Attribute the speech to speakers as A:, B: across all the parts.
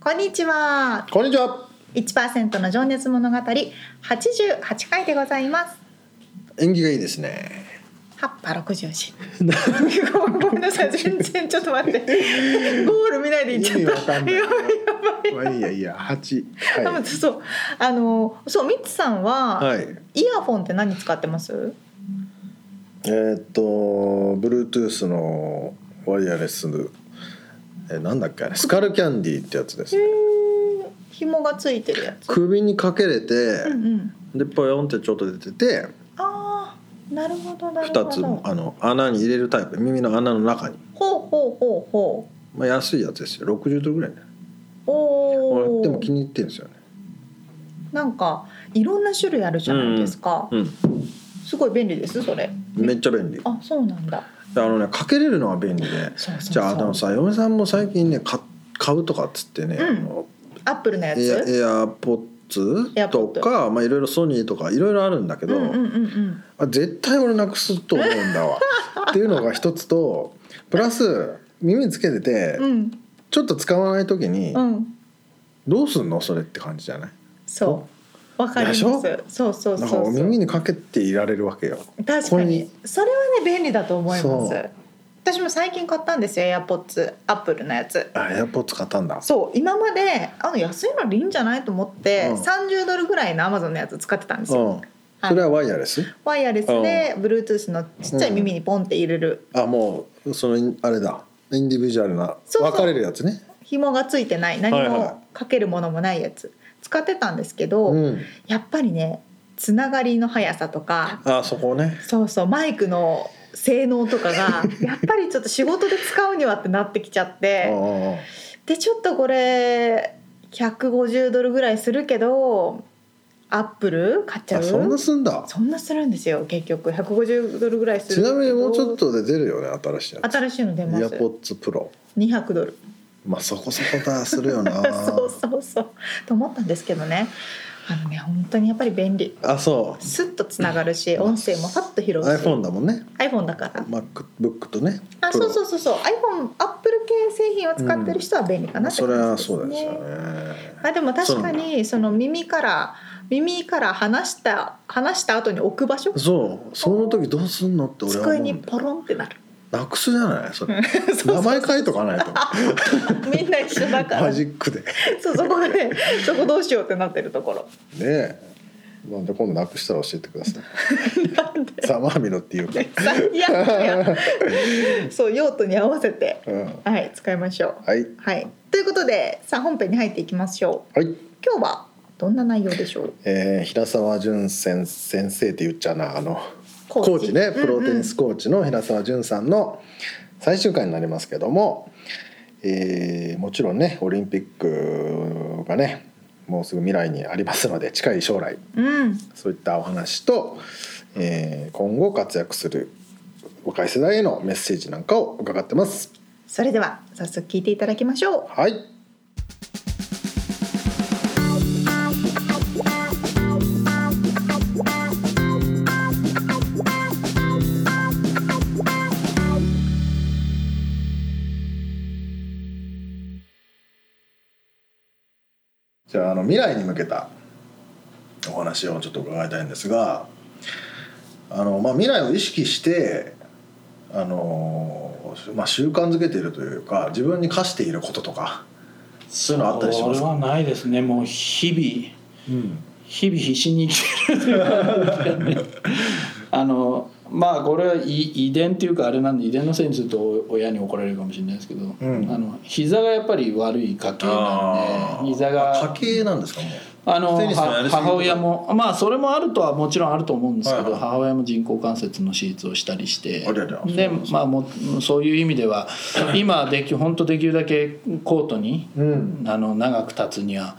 A: こんにちは
B: こんにちは。
A: 1%の情熱物語88回でございます
B: 演技がいいですね。
A: 葉っぱ60時ごめんなさい全然ちょっと待ってゴール見ないでいっちゃった
B: 意味わかんない
A: やばいやばい
B: まあいいやいいや、八。
A: 多分
B: は
A: そうあのそうミッツさんは、
B: い。はい。
A: イヤホンって何使ってます
B: えーっと、Bluetooth のワイヤレスえなんだっけあれ、スカルキャンディーってやつです。
A: 紐がついてるやつ
B: 首にかけれて
A: う、んうん
B: でポヨンってちょっと出てて、
A: ああなるほどなるほ
B: 二
A: ど
B: つあの穴に入れるタイプ、耳の穴の中に。
A: ほうほうほうほう
B: まあ安いやつですよ、60ドルぐらいね。
A: お
B: 俺
A: お
B: でも気に入ってるんですよね。
A: なんかいろんな種類あるじゃないですか、
B: う
A: すごい便利ですそれ
B: ん、めっちゃ便利。
A: あそうなんだ
B: であのね、かけれるのは便利で。
A: そうそうそう
B: じゃあ、あのさ、嫁さんも最近ね、か買うとかっつってね、
A: うん
B: あの
A: アップルのやつ
B: エアエアポッツと
A: AirPod
B: か、まあ、いろいろソニーとかいろいろあるんだけど、
A: うんうんうんうん
B: あ絶対俺なくすと思うん だわっていうのが一つとプラス耳つけてて
A: うん
B: ちょっと使わない時に
A: うん
B: どうすんのそれって感じじゃない
A: そうわかります
B: でしょ
A: そうそうそう
B: な
A: ん
B: か
A: そ
B: お
A: う
B: 耳にかけていられるわけよ。
A: 確
B: こ
A: か
B: れ
A: に
B: に
A: それはね便利だと思いま
B: そ
A: す
B: う
A: 私も最近買ったんですよ AirPods アップルのやつ
B: あエアポッツ買ったんだ。
A: そう今まであの安いのでいいんじゃないと思って、
B: うん
A: 30ドルぐらいの Amazon のやつ使ってたんです
B: う
A: よ、
B: ん、それはワイヤレス
A: ワイヤレスで Bluetooth のちっちゃい耳にポンって入れる、
B: あもうそのあれだインディビジュアルな
A: そうそう
B: 分かれるやつね。
A: 紐がついてない何
B: はいは
A: もかけるものもないやつ使ってたんですけど、
B: うん、
A: やっぱりねつながりの速さとか
B: あそこね。
A: そうそうマイクの性能とか がやっぱりちょっと仕事で使うにはってなってきちゃっ
B: うん
A: て
B: うんうん
A: でちょっとこれ150ドルぐらいするけどアップル買っちゃ
B: あ
A: う
B: そんなすんだ。
A: そんなするんですよ結局150ドルぐらいする
B: ち
A: けど
B: なみにもうちょっとで出るよね新しいやつ。
A: 新しいの出ま
B: イヤ
A: す
B: ポッツプロ
A: 200ドル
B: まあそこそこだする よな
A: そうそうそうと思ったんですけどねあのね本当にやっぱり便利
B: あそ
A: スッとつながるし音声もパッと拾
B: う
A: うし
B: iPhone だもんね
A: iPhone だから
B: MacBook とね
A: あそうそううそうそう iPhone アップル系製品を使ってる人は便利かなって
B: それ
A: 感
B: は
A: じです、ね
B: そうですよね
A: あでも確かにその耳から耳から離した離した後に置く場所
B: そうその時どうすんのって俺は
A: 机
B: 思う
A: に
B: んだ
A: ポ
B: よ
A: ロンってなる
B: なくすじゃないそれ
A: そう そう
B: 名前書いとかない と
A: みんな一緒だから
B: マ
A: そ
B: ジ
A: う
B: ックでね
A: そこがねそこどうしようってなってるところ
B: えなんで今度なくしたら教えてくださ
A: なんで
B: いサマーミロっていうか、
A: 最悪やそう用途に合わせて
B: うん、
A: はい使いましょう
B: はい
A: はいということでさあ本編に入っていきましょう
B: はい、
A: 今日はどんな内容でしょう
B: えー、平沢淳先先生って言っちゃうなあの
A: コ
B: コ
A: ーチ
B: ーチね
A: うんうん
B: プロテニスコーチの平沢淳さんの最終回になりますけども、えーもちろんねオリンピックがねもうすぐ未来にありますので近い将来
A: うん
B: そういったお話と、えー今後活躍する若い世代へのメッセージなんかを伺ってます。
A: それでは早速聞いていただきましょう
B: はいじゃああの未来に向けたお話をちょっと伺いたいんですがあの、まあ、未来を意識してあのーまあ、習慣づけているというか自分に課していることとかそういうのあったりします
C: それ
B: か、
C: はないですねもう日々
B: うん
C: 日々必死に生きてる あのまあこれは遺遺伝っていうかあれなんで遺伝のせいにすると親に怒られるかもしれないですけど、
B: ん
C: あの膝がやっぱり悪い家系な
B: あ
C: ん
B: ー
C: で膝が
B: あ家系なんですかもう
C: あの
B: テニスのや
C: は
B: りすぎとか
C: 母親もまあそれもあるとはもちろんあると思うんですけど、
B: はいはい
C: 母親も人工関節の手術をしたりして
B: ありゃりゃ
C: でまあもうそういう意味 では今でき本当できるだけコートに
B: うん
C: あの長く立つには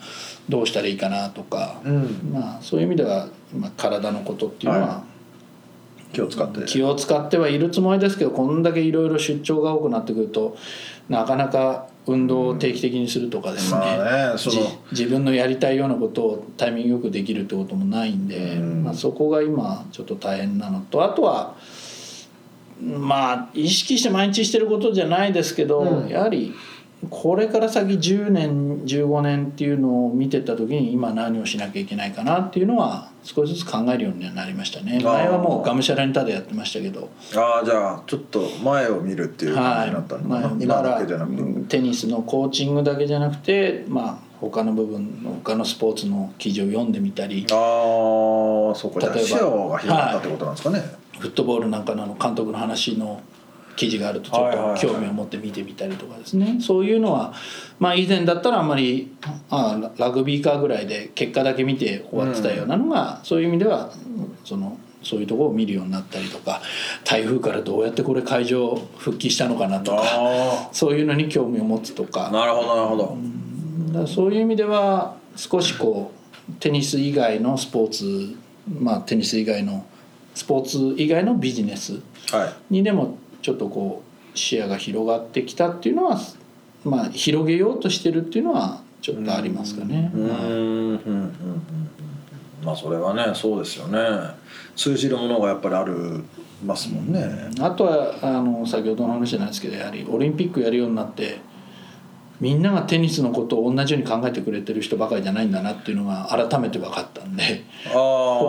C: どうしたらいいかなとか、
B: うん
C: まあ、そういう意味では、まあ、体のことっていうのは、
B: は気を使って
C: 気を使ってはいるつもりですけどこんだけいろいろ出張が多くなってくるとなかなか運動を定期的にするとかですね,、
B: まあねその
C: じ自分のやりたいようなことをタイミングよくできるってこともないんで、
B: うん
C: まあ、そこが今ちょっと大変なのとあとはまあ意識して毎日してることじゃないですけど、
B: うん
C: やはりこれから先10年15年っていうのを見てった時に今何をしなきゃいけないかなっていうのは少しずつ考えるようになりましたね
B: あー
C: 前はもうがむしゃらにただやってましたけど
B: ああじゃあちょっと前を見るっていう感じになった
C: はい
B: の
C: ま
B: かな、
C: あ、
B: 今
C: だ
B: だ
C: か
B: けじゃ
C: ら
B: なくて、
C: うんテニスのコーチングだけじゃなくてまあ他の部分他のスポーツの記事を読んでみたり
B: ああそうかじゃあ
C: 例えば
B: 視野が広がったってことなんですかね、
C: フットボールなんかのあの監督の話の記事があるとちょ
B: はいはい
C: っ
B: はい
C: と興味を持って見てみたりとかですねそういうのはまあ以前だったらあんまりあララグビーカーぐらいで結果だけ見て終わってたようなのが、そういう意味ではうんその。そういうところを見るようになったりとか台風からどうやってこれ会場復帰したのかなとか
B: あ
C: そういうのに興味を持つとか
B: あなるほどなるほど、
C: だからそういう意味では少しこうテニス以外のスポーツまあテニス以外のスポーツ以外のビジネス
B: はい
C: にでもちょっとこう視野が広がってきたっていうのはまあ広げようとしてるっていうのはちょっとありますかね。
B: うーんうんうんうんうんまあそれはねそうですよね通じるものがやっぱりあるますもんね、
C: あとはあの先ほどの話じゃないですけどやはりオリンピックやるようになってみんながテニスのことを同じように考えてくれてる人ばかりじゃないんだなっていうのが改めて分かったんで。
B: ああ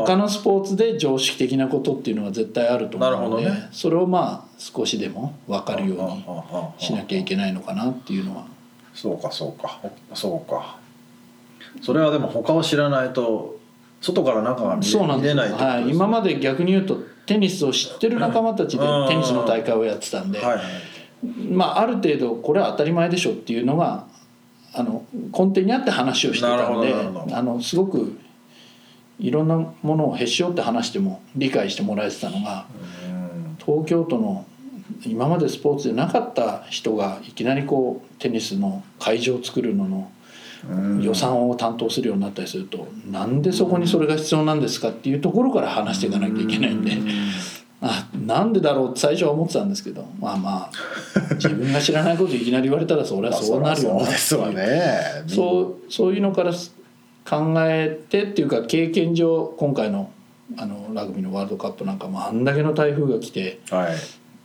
C: 他のスポーツで常識的なことっていうのは絶対あると思うので、
B: なるほどね
C: それをまあ少しでも分かるように
B: に
C: しなきゃいけないのかなっていうのは
B: そうかそうかそうかそれはでも他を知らないと外から中が見れ
C: そうなん
B: 見
C: で
B: れ
C: す
B: ないってこと
C: はい、
B: ですね
C: 今まで逆に言うとテニスを知ってる仲間たちで
B: うん
C: テニスの大会をやってたんで、
B: はいはい
C: まあ、ある程度これは当たり前でしょっていうのがあの根底にあって話をしてたん
B: なるほどなるほ
C: で
B: ど
C: あのすごくいろんなものをへし折って話しても理解してもらえてたのが。
B: うん
C: 東京都の今までスポーツでなかった人がいきなりこうテニスの会場を作るのの
B: うん
C: 予算を担当するようになったりすると、なんでそこにそれが必要なんですかっていうところから話していかなきゃいけないんで、あなんでだろうって最初は思ってたんですけどまあまあ自分が知らないこといきなり言われたらそれはそうなるよな
B: まあ
C: って
B: そ
C: い
B: りゃそうです
C: う
B: わね
C: そうそういうのからす考えてっていうか経験上今回のあのラグビーのワールドカップなんかもあんだけの台風が来て。
B: はい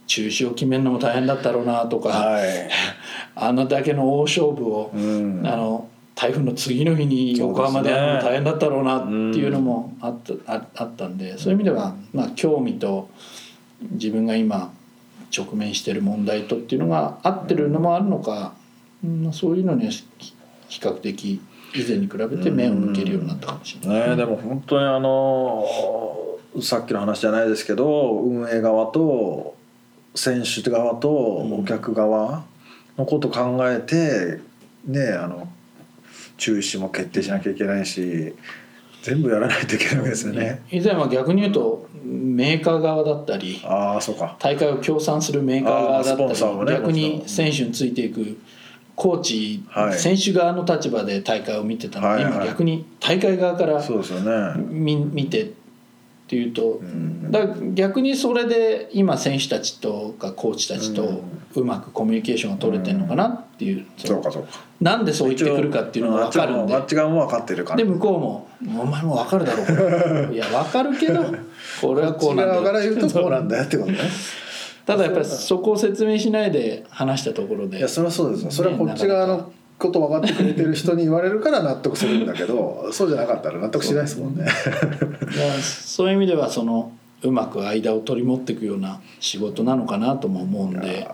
C: 中止を決めるのも大変だったろうなとか、
B: はい
C: あのだけの大勝負を、
B: うん
C: あの台風の次の日に横浜でやるのも大変だったろうなっていうのもあった,、ああったんでそういう意味では、まあ、興味と自分が今直面している問題とっていうのが合ってるのもあるのか、うんまあ、そういうのには比比較的以前に比べて目を向けるようになったかもしれない。
B: ねでも本当にあのさっきの話じゃないですけど運営側と選手側とお客側のこと考えて、ねあの中止も決定しなきゃいけないし全部やらないといけないわけですよね。
C: 以前は逆に言うとメーカー側だったり、
B: ああそうか
C: 大会を協賛するメーカー側だ
B: あースポン
C: っ
B: サ
C: た
B: ーも
C: り、
B: ね
C: 逆
B: もち
C: に
B: ろん
C: 選手についていくコーチ、
B: はい
C: 選手側の立場で大会を見てたの
B: は
C: で、
B: いはい
C: 今逆に大会側から
B: そうですよね。
C: 見見てっていうと、
B: ん
C: だから逆にそれで今選手たちとかコーチたちとうまくコミュニケーションが取れてるのかなっていう、そ
B: そ
C: の
B: うかそうか。
C: なんでそう言ってくるかっていうのが分かるん
B: あっ
C: で。
B: ち側も分かってるから。
C: で向こうも「お前も分かるだろこれ」いや分かるけどこれはこうなんだ
B: こ
C: よ
B: っち側から言うとこうなんだよってことね。
C: ただやっぱりそこを説明しないで話したところで
B: いやそれはそうですよそれはこっち側のこと分かってくれてる人に言われるから納得するんだけど そうじゃなかったら納得しないですもんね。
C: いやそういう意味ではそのうまく間を取り持っていくような仕事なのかなとも思うんで
B: あ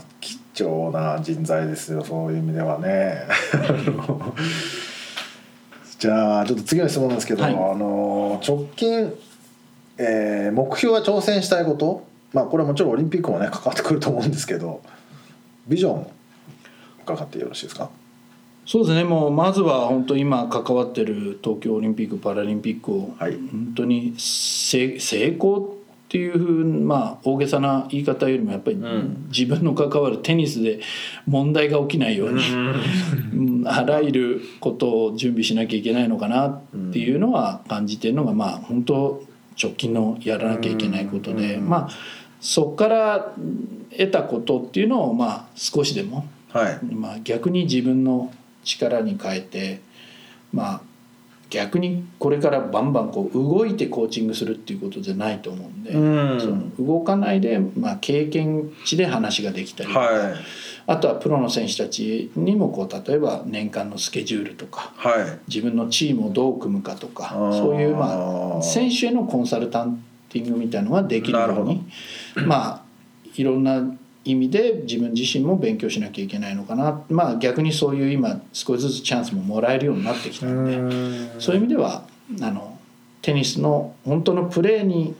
B: ー貴重な人材ですよそういう意味ではね。 じゃあちょっと次の質問なんですけど、
C: はい
B: あの直近えー目標や挑戦したいこと、まあ、これはもちろんオリンピックもね関わってくると思うんですけどビジョン伺ってよろしいですか
C: そうですねもうまずは本当今関わってる東京オリンピック・パラリンピックを
B: はい
C: 本当にせ成功っていうふうまあ大げさな言い方よりもやっぱり
D: ん
C: 自分の関わるテニスで問題が起きないように、うんあらゆることを準備しなきゃいけないのかなっていうのは感じてるのがまあ本当直近のやらなきゃいけないことで、
B: うん
C: まあそこから得たことっていうのをまあ少しでも
B: はい
C: まあ、逆に自分の力に変えて、まあ、逆にこれからバンバンこう動いてコーチングするっていうことじゃないと思うんで、
D: うん
C: その動かないで、まあ、経験値で話ができたり、
B: はい
C: あとはプロの選手たちにもこう例えば年間のスケジュールとか
B: はい
C: 自分のチームをどう組むかとか
B: あー
C: そういうまあ選手へのコンサルタンティングみたいのができる
B: なる
C: よ
B: ほ
C: う
B: ど
C: にまあいろんな意味で自分自身も勉強しなきゃいけないのかなまあ逆にそういう今少しずつチャンスももらえるようになってきたんでそういう意味ではあのテニスの本当のプレーに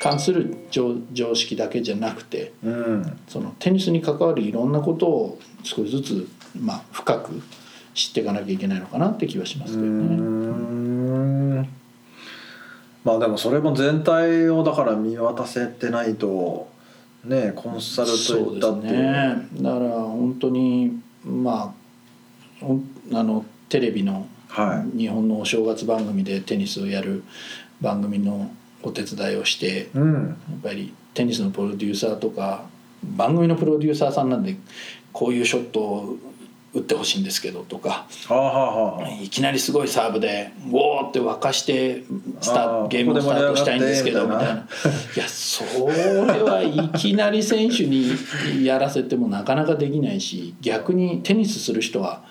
C: 関する常常識だけじゃなくて
B: うん
C: そのテニスに関わるいろんなことを少しずつ、まあ、深く知っていかなきゃいけないのかなって気はしますけどね。
B: うんまあでもそれも全体をだから見渡せてないとねコンサル
C: そ
B: とい
C: う
B: っ
C: で
B: た
C: す
B: って
C: ねだから本当にまあほんあのテレビの
B: は
C: 日本のお正月番組でテニスをやる番組のお手伝いをしてや
B: いうん
C: っぱりテニスのプロデューサーとか番組のプロデューサーさんなんでこういうショットを打ってほしいんですけどとか
B: はあはあはあ
C: いきなりすごいサーブでウォーって沸かしてスタ
B: あー
C: ゲームをスタートしたいんですけど
B: こ
C: み
B: こで
C: た
B: 盛
C: い
B: り
C: な
B: 上
C: い
B: がっ
C: やそれはいきなり選手にやらせてもなかなかできないし逆にテニスする人は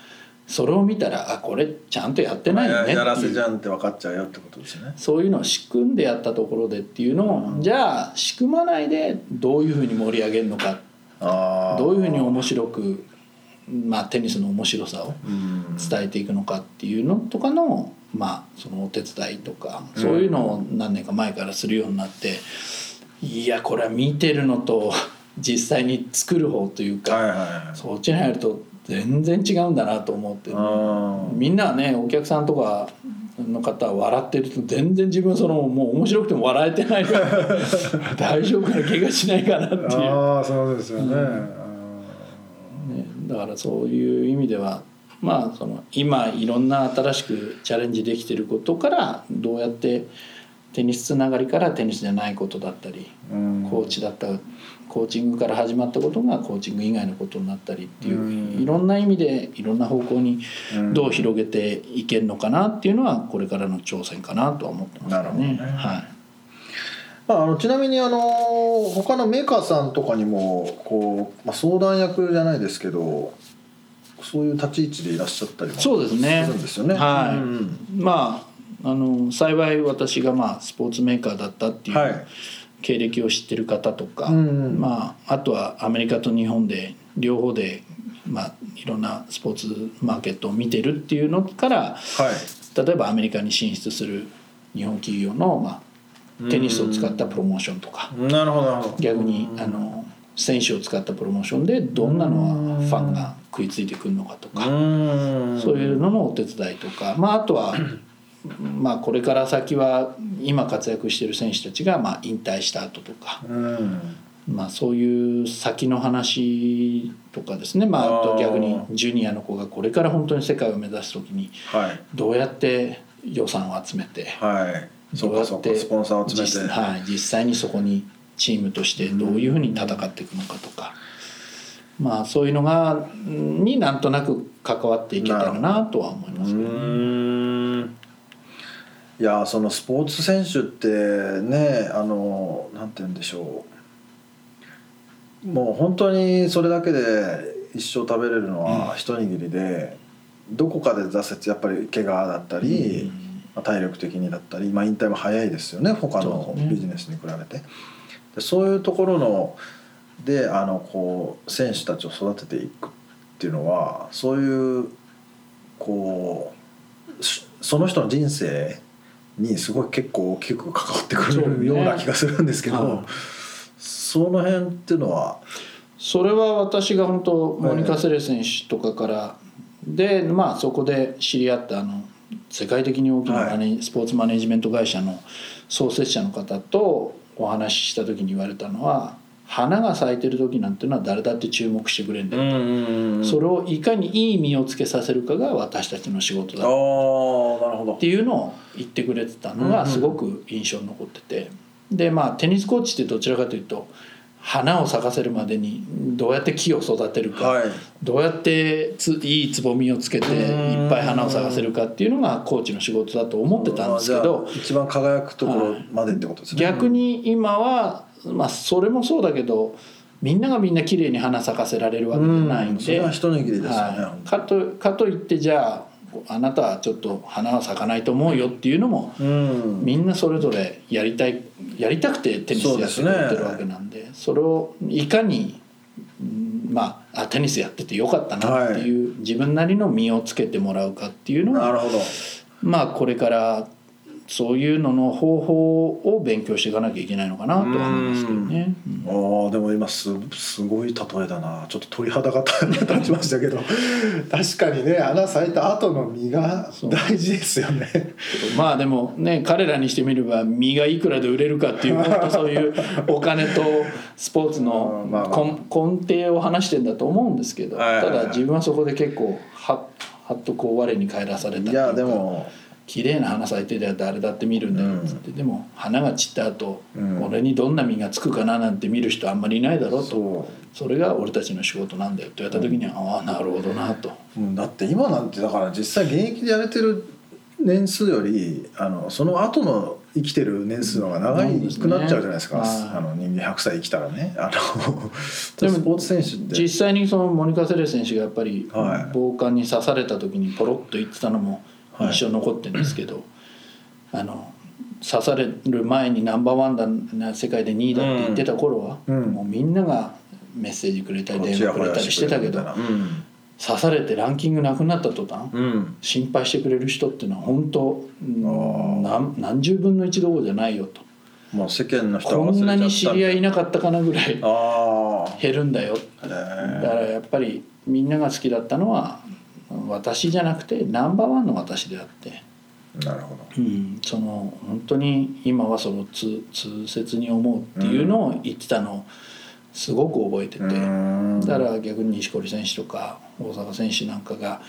C: それを見たらあこれちゃんとやってないよね
B: ややら
C: って
B: せ
C: い
B: じ
C: う
B: ゃんって分かっちゃうよってことですね
C: そういうのを仕組んでやったところでっていうのをじゃあ仕組まないでどういうふうに盛り上げるのか
B: ああ
C: どういうふうに面白く、まあ、テニスの面白さを
B: うん
C: 伝えていくのかっていうのとかの,、まあそのお手伝いとかそういうのを何年か前からするようになっていやこれは見てるのと実際に作る方というか、
B: はいはいはい
C: そっちに入ると全然違うんだなと思って
B: あ
C: みんなはねお客さんとかの方は笑ってると全然自分そのもう面白くても笑えてないから大丈夫かな怪我しないかなっていう
B: ー。あーそうですよね、
C: ね、だからそういう意味ではまあその今いろんな新しくチャレンジできてることからどうやってテニスつながりからテニスじゃないことだったり
B: うん
C: コーチだったコーチングから始まったことがコーチング以外のことになったりっていう、
B: うん
C: いろんな意味でいろんな方向に
B: うん
C: どう広げていけるのかなっていうのはこれからの挑戦かなとは思ってます
B: なるほど
C: ね
B: ね。
C: はい
B: まあ、あのちなみにあの他のメーカーさんとかにもこう、まあ、相談役じゃないですけどそういう立ち位置でいらっしゃったりも
C: そうですね
B: するんですよね。
C: はい
B: うん
C: まああの幸い私がまあスポーツメーカーだったっていう、
B: はい
C: 経歴を知ってる方とか、
B: うん
C: まあ、あとはアメリカと日本で両方で、まあ、いろんなスポーツマーケットを見てるっていうのから
B: はい
C: 例えばアメリカに進出する日本企業の、まあ、テニスを使ったプロモーションとか、
B: なるほどなるほど
C: 逆にあの選手を使ったプロモーションでどんなのはファンが食いついてくるのかとか、
B: うん
C: そういうののお手伝いとか、まあ、あとはまあこれから先は今活躍してる選手たちがまあ引退した後とか。
B: うん
C: まあ、そういう先の話とかですね、まあ、あと
B: あー
C: 逆にジュニアの子がこれから本当に世界を目指す時に
B: はい
C: どうやって予算を集めて
B: はいそ
C: ど
B: う
C: うや
B: か
C: っ
B: そう
C: て
B: かスポンサーを
C: 実
B: 詰めて
C: はい、実際にそこにチームとしてどういうふうに戦っていくのかとか、まあ、そういうのがになんとなく関わっていけたらなとは思いますけどね。
B: うんいやそのスポーツ選手ってねあのなんて言うんでしょうもう本当にそれだけで一生食べれるのは一握りで、どこかで挫折やっぱり怪我だったり、まあ体力的にだったり、まあ、引退も早いですよね他
C: そ
B: の
C: うですね
B: ビジネスに比べて。でそういうところのであのこう選手たちを育てていくっていうのはそういうこうしその人の人生にすごい結構大きく関わってく
C: そう
B: る
C: ね
B: ような気がするんですけどそ,、
C: はい
B: の辺っていうのは
C: それは私が本当モニカ・セレ選手とかからでまあそこで知り合ったあの世界的に大きなマネスポーツマネジメント会社の創設者の方とお話しした時に言われたのは花が咲いてる時なんてのは誰だって注目してくれるんだよ、それをいかにいい実をつけさせるかが私たちの仕事
B: ああ
C: だ
B: なるほ
C: っ
B: ど
C: ていうのを言ってくれてたの
B: う
C: が
B: んうん
C: すごく印象に残っててでまあテニスコーチってどちらかというと花を咲かせるまでにどうやって木を育てるか、
B: はい
C: どうやってついいつぼみをつけていっぱい花を咲かせるかっていうのがコーチの仕事だと思ってたんですけ
B: ま
C: ど
B: あじゃあ一番輝くところまでってことですね、
C: 逆に今は、まあ、それもそうだけどみんながみんな綺麗に花咲かせられるわけじゃないん
B: うんそ
C: で、
B: れは一握りですよね、
C: はい、かとかといってじゃああなたはちょっと花は咲かないと思うよっていうのも
B: うん
C: みんなそれぞれやりたいやりたくてテニスやってくれてるわけなんでそれをいかに、うんまああテニスやっててよかったなっていう、自分なりの身をつけてもらうかっていうの
B: な
C: が
B: るほど
C: まあこれからそういうのの方法を勉強していかなきゃいけないのかなとは思いますけどね。うん
B: ああでも今すすごい例えだなちょっと鳥肌が立ちましたけど確かにね穴咲いた後の実が
C: そう
B: 大事ですよね
C: まあでもね彼らにしてみれば身がいくらで売れるかっていう本当そういうお金とスポーツの
B: うんまあまあ
C: 根根底を話してんだと思うんですけど
B: はいはい
C: た
B: はい
C: だ自分はそこで結構ははっとこう我に返らされたって
B: いう
C: か
B: やでも
C: 綺麗な花咲いてりゃ誰だって見るんだよっつって、でも花が散った後、
B: うん
C: 俺にどんな実がつくかななんて見る人あんまりいないだろうと
B: そ
C: それが俺たちの仕事なんだよって言われた時には、ああなるほどなと。
B: ううんだって今なんてだから実際現役でやれてる年数よりあのその後の生きてる年数の方が長
C: そうですね
B: くなっちゃうじゃないですか
C: はい
B: あの人間100歳生きたらねあのスポ
C: でも
B: ーツ選手って
C: 実際にそのモニカ・セレ選手がやっぱり
B: はい
C: 防寒に刺された時にポロッと言ってたのも
B: はい
C: 印象に残ってるんです けど、あの刺される前にナンバーワンだ世界で2位だって言ってた頃は、
B: うん
C: もうみんながメッセージくれたり電話くれたりしてたけ
B: こ
C: ど
B: っちやこっちやしてくれるみ
C: 刺されてランキングなくなった途端
B: たいなうん
C: 心配してくれる人っていうのは本当うん
B: あー
C: 何何十分の1どころじゃないよと
B: もう世間の人は忘
C: こ
B: れちゃった
C: んなに知り合いいなかったかなぐらい
B: ああ
C: 減るんだよだからやっぱりみんなが好きだったのは私じゃなくてナンバーワンの私であって、
B: なるほど
C: うん、その本当に今はその痛痛切に思うっていうのを言ってたのをすごく覚えてて、だから逆に錦織選手とか大阪選手なんかが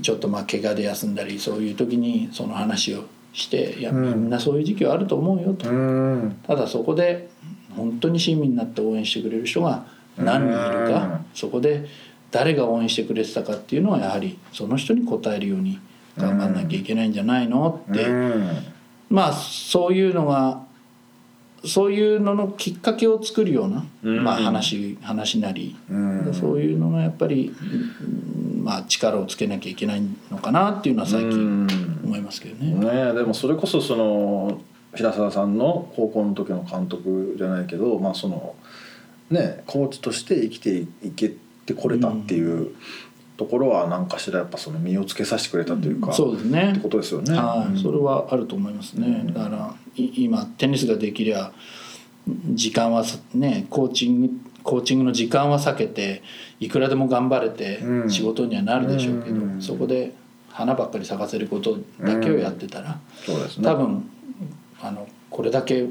C: ちょっとまあ怪我で休んだりそういう時にその話をして「いや
B: う
C: み
B: ん
C: んなそういう時期はあると思うよ」と。
B: うん
C: ただそこで本当に親身になって応援してくれる人が何人いる
B: う
C: か
B: ん
C: そこで誰が応援してくれてたかっていうのはやはりその人に応えるように頑張んなきゃいけないんじゃないのって
B: うん
C: まあそういうのがそういうののきっかけを作るような、
B: うん
C: まあ、話話なり、
B: うん
C: そういうのがやっぱり、うんまあ、力をつけなきゃいけないのかなっていうのは最近
B: うん
C: 思いますけどね。
B: ねえでもそれこそその平沢さんの高校の時の監督じゃないけどまあそのねコーチとして生きていけてこれたっていうところは何かしらやっぱその身をつけさせてくれたというか
C: そうですね
B: ってことですよね
C: はい、それ
B: は
C: はあると思いますね、
B: うん
C: だからい今テニスができりゃ時間はすねコーチングコーチングの時間は避けていくらでも頑張れて
B: うん
C: 仕事にはなるでしょうけど、
B: うん
C: そこで花ばっかり咲かせることだけをやってたら、
B: そうですね
C: 多分あのこれだけ、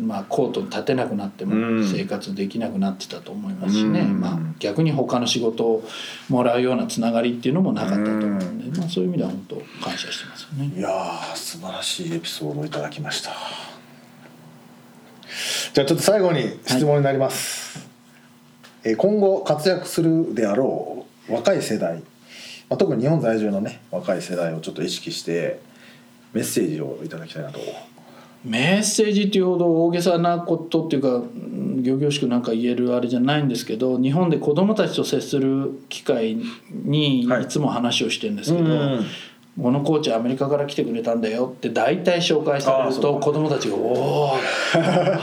C: まあ、コートに立てなくなって
B: う
C: も
B: ん
C: 生活できなくなってたと思いますしね、
B: うん
C: まあ、逆に他の仕事をもらうようなつながりっていうのもなかったと思うんで、まあ、そういう意味では本当感謝してますよね。
B: いやー素晴らしいエピソードをいただきましたじゃあちょっと最後に質問になります、えー今後活躍するであろう若い世代、まあ、特に日本在住のね若い世代をちょっと意識してメッセージをいただきたいなと
C: メッセージっていうほど大げさなことっていうかうん仰々しくなんか言えるあれじゃないんですけど日本で子どもたちと接する機会にい
B: はい
C: つも話をしてるんですけど、このコーチアメリカから来てくれたんだよって大体紹介され
B: ああ
C: る
B: そう
C: と子供たちが「おお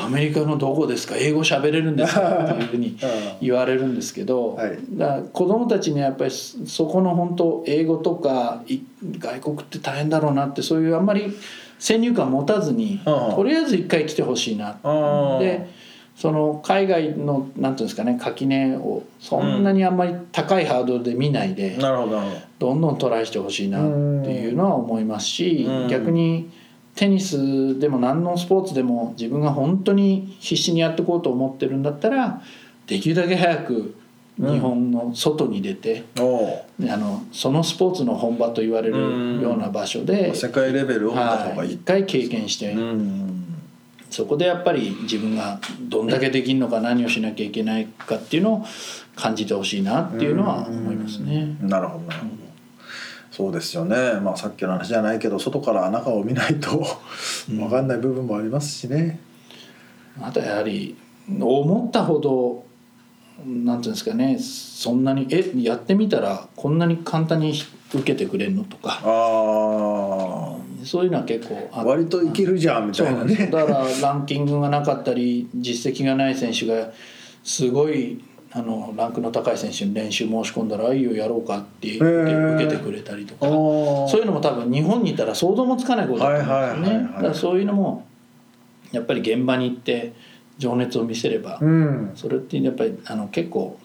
C: アメリカのどこですか英語喋れるんですか?」っていうふ うに言われるんですけど、
B: はい
C: だから子供たちにはやっぱりそそこの本当英語とかい外国って大変だろうなってそういうあんまり先入観持たずに、
B: うんうん
C: とりあえず一回来てほしいな、
B: あー
C: でその海外のなんていうんですかね垣根をそんなにあんまり高いハードルで見ないで、
B: なるほどなるほ
C: どんどんトライしてほしいなっていうのは思いますし、
B: うん
C: 逆にテニスでも何のスポーツでも自分が本当に必死にやっていこうと思ってるんだったらできるだけ早く日本の外に出て、
B: どお
C: あのそのスポーツの本場と言われ
B: うん
C: るような場所で
B: お。世界レベルを見た方
C: は
B: がい
C: い、
B: い
C: 一回経験して、
B: うん
C: そこでやっぱり自分がどんだけできるのか何をしなきゃいけないかっていうのを感じてほしいなっていうのは思いますね。
B: なるほどなるほど、そうですよね、まあ、さっきの話じゃないけど外から中を見ないと
C: うん
B: 分かんない部分もありますしね、
C: あとやはり思ったほどなんていうんですかねそんなにえやってみたらこんなに簡単に受けてくれるのとか
B: あ
C: そういうのは結構あ
B: あ
C: っ
B: 割といけるじゃんみ
C: そ
B: た
C: う
B: い
C: な
B: なん
C: です
B: ね
C: だからランキングがなかったり実績がない選手がすごいあのランクの高い選手に練習申し込んだらああいいよやろうかって受け,、
B: ー
C: 受けてくれたりとか
B: おー
C: そういうのも多分日本にいたら想像もつかないことだと思うんです
B: はい
C: よ
B: はい
C: ね
B: はいはい
C: だからそういうのもやっぱり現場に行って情熱を見せれば
B: うん
C: それってやっぱりあの結構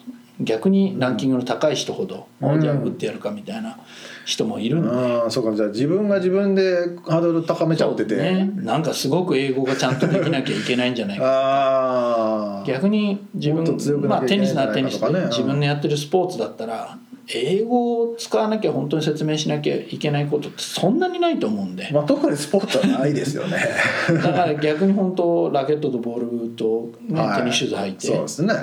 C: 逆にランキングの高い人ほど、
B: うん
C: おじゃあ打ってやるかみたいな人もいるんで、
B: ああそうかじゃあ自分が自分でハードル高めちゃってて、
C: そうね、なんかすごく英語がちゃんとできなきゃいけないんじ ゃないか
B: ああ
C: 逆に自
B: もっと
C: 分
B: 強くなきゃ
C: まあテニスなら
B: いけ
C: テ
B: な
C: ニ
B: い
C: ス
B: とか
C: で
B: ねうん
C: 自分のやってるスポーツだったら英語を使わなきゃ本当に説明しなきゃいけないことってそんなにないと思うんで
B: まあ、特にスポーツはないですよね
C: だから逆に本当ラケットとボールと、 ね
B: はい
C: テニスシューズ履いて
B: そうですね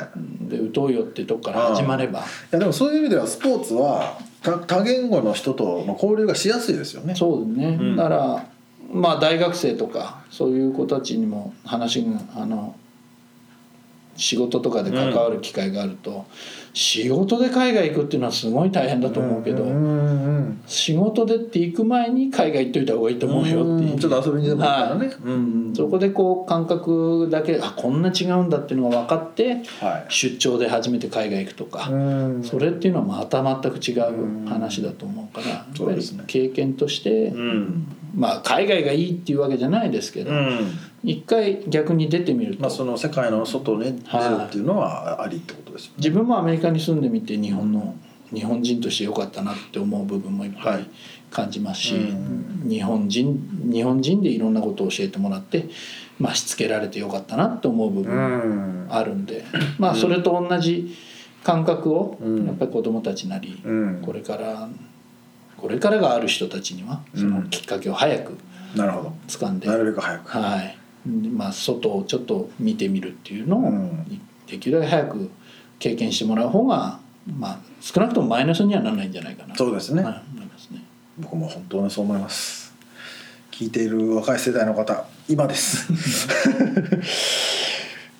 B: い
C: で打とうよってとこから始まれば、
B: やでもそういう意味ではスポーツは多多言語の人との交流がしやすいですよね
C: そうですね、
B: うん
C: だからまあ大学生とかそういう子たちにも話があの仕事とかで関わる機会があると、仕事で海外行くっていうのはすごい大変だと思うけど、
B: んうんうん
C: 仕事でって行く前に海外行っといた方がいいと思うよっていう。
B: んちょっと遊びにでも行ったらね、
C: は
B: うん
C: そこでこう感覚だけあこんな違うんだっていうのが分かって
B: はい
C: 出張で初めて海外行くとか、
B: うん
C: それっていうのはまた全く違う話だと思うから、やっ
B: そ
C: ぱ
B: うで
C: り
B: すね
C: 経験として、
B: うん
C: まあ海外がいいっていうわけじゃないですけど、一回逆に出てみると、
B: まあその世界の外に出るっていうのはありってことですよね
C: 自分もアメリカに住んでみて日本の日本人として良かったなって思う部分もいっぱ
B: はい
C: い感じますし、
B: うん
C: 日本人日本人でいろんなことを教えてもらって、まあ、しつけられて良かったなって思う部分も
B: ん
C: あるんで、まあそれと同じ感覚を
B: うん
C: やっぱり子供たちなり、
B: うん
C: これからこれからがある人たちにはそのきっかけを早く
B: なるほど
C: 掴んで、
B: なるべく早く
C: はいでまあ、外をちょっと見てみるっていうのを、
B: うん
C: できるだけ早く経験してもらう方が、まあ、少なくともマイナスにはならないんじゃないかな
B: そうですね
C: はい思いますね
B: 僕も本当にそう思います聞いている若い世代の方今です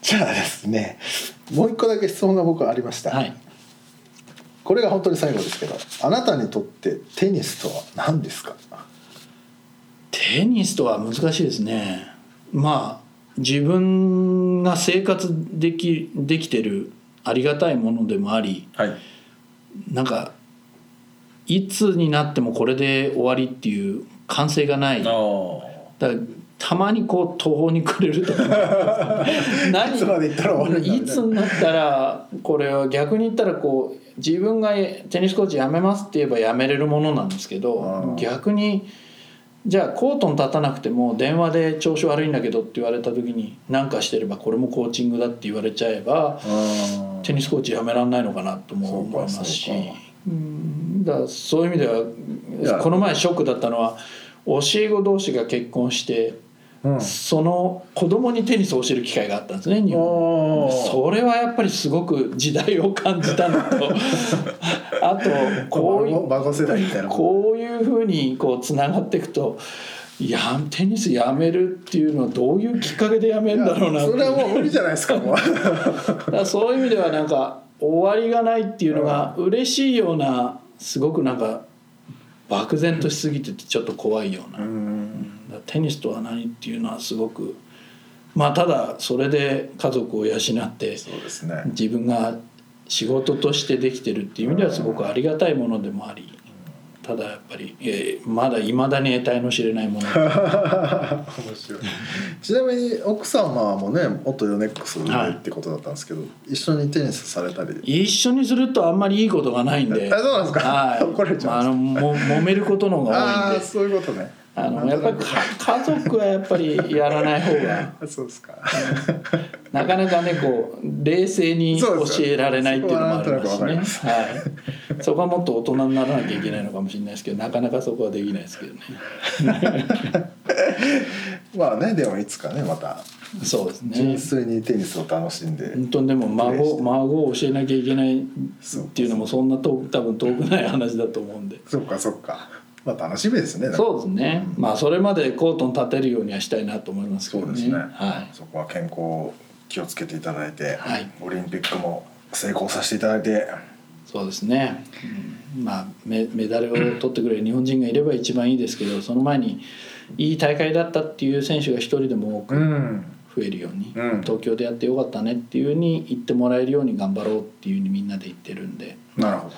B: じゃあですねもう一個だけ質問が僕はありました、
C: はい
B: これが本当に最後ですけどあなたにとってテニスとは何ですか
C: テニスとは難しいですねまあ自分が生活できできてるありがたいものでもあり
B: はい
C: なんかいつになってもこれで終わりっていう完成がない
B: あ
C: だからたまにこう途方に暮れる とか何
B: いつまで行ったら終わるんだみたい
C: い
B: な
C: つになったらこれは逆に言ったらこう自分がテニスコーチ辞めますって言えば辞めれるものなんですけ
B: う
C: ど
B: ん
C: 逆にじゃあコートに立たなくても電話で調子悪いんだけどって言われた時に何かしてればこれもコーチングだって言われちゃえば
B: あ
C: テニスコーチ辞めらんないのかなとも思いますし
B: そうかそうか
C: うんだからそういう意味
B: い
C: で
B: や
C: はこの前ショックだったのは教え子同士が結婚して
B: うん
C: その子供にテニスを教える機会があったんですね日本
B: おー
C: それはやっぱりすごく時代を感じた のとあとこうい
B: 孫
C: う
B: 孫世代みたいなこと
C: こういうふうにこうつながっていくといやテニスやめるっていうのはどういうきっかけでやめるんだろうなって
B: それはもう無理じゃないですかもう
C: だからそういう意味ではなんか終わりがないっていうのが嬉しいようなすごくなんか漠然としすぎててちょっと怖いような
B: う。ん
C: だからテニスとは何っていうのはすごくまあただそれで家族を養って
B: そうですね
C: 自分が仕事としてできてるっていう意味ではすごくありがたいものでもありただやっぱり、えーまだいまだに得体の知れないもの
E: 面白いちなみに奥様もね元ヨネックスでってことだったんですけど、一緒にテニスされたり
C: 一緒にするとあんまりいいことがないんで
E: あそうなんですか
C: はい
E: 怒られちゃ
C: あ
E: い
C: のも揉めることの方
E: ああ
C: が多いん
E: ー
C: で
E: そういうことね
C: あのやっぱりか家族はやっぱりやらない方 が
E: りそうです か
C: なかなかねこう冷静に
E: そう
C: 教
E: ですよ
C: えられないっていうのもありま
E: そ
C: すし
E: こはなんとなくわかり
C: ね
E: ます
C: はい、そこはもっと大人にならなきゃいけないのかもしれないですけどなかなかそこはできないですけどね
E: まあねでもいつかねまた
C: そうですね
E: 純粋にテニスを楽しんで、
C: 本当にでも孫孫を教えなきゃいけないっ
E: そう
C: ていうのもそんな遠く多分遠くない話だと思うんで
E: そっかそっかまあ楽しみですね
C: そうですねまあそれまでコートに立てるようにはしたいなと思いますけ
E: そ
C: ど
E: う
C: ね
E: ですね、
C: はい
E: そこは健康気をつけていただいて、
C: はい
E: オリンピックも成功させていただいて
C: そうですね、うんまあメメダルを取ってくれる日本人がいれば一番いいですけどその前にいい大会だったっていう選手が一人でも多く
E: ん
C: 増えるように、
E: うん
C: 東京でやってよかったねっていうふうに言ってもらえるように頑張ろうっていうふうにみんなで言ってるんで
E: なるほど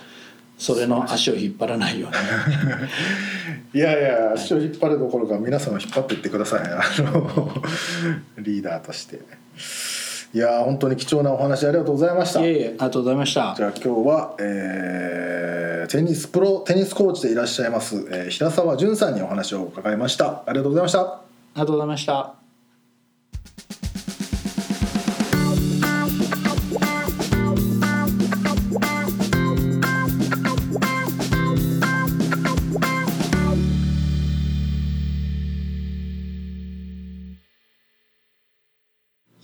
C: それの足を引っ張らないように
E: いやいや足を引っ張るどころか皆さんを引っ張っていってくださいあの リーダーとしていやー本当に貴重なお話ありがとうございました
C: いえいえありがとうございました
E: じゃあ今日は、えーテニスプロテニスコーチでいらっしゃいます、えー平沢淳さんにお話を伺いましたありがとうございました
C: ありがとうございました。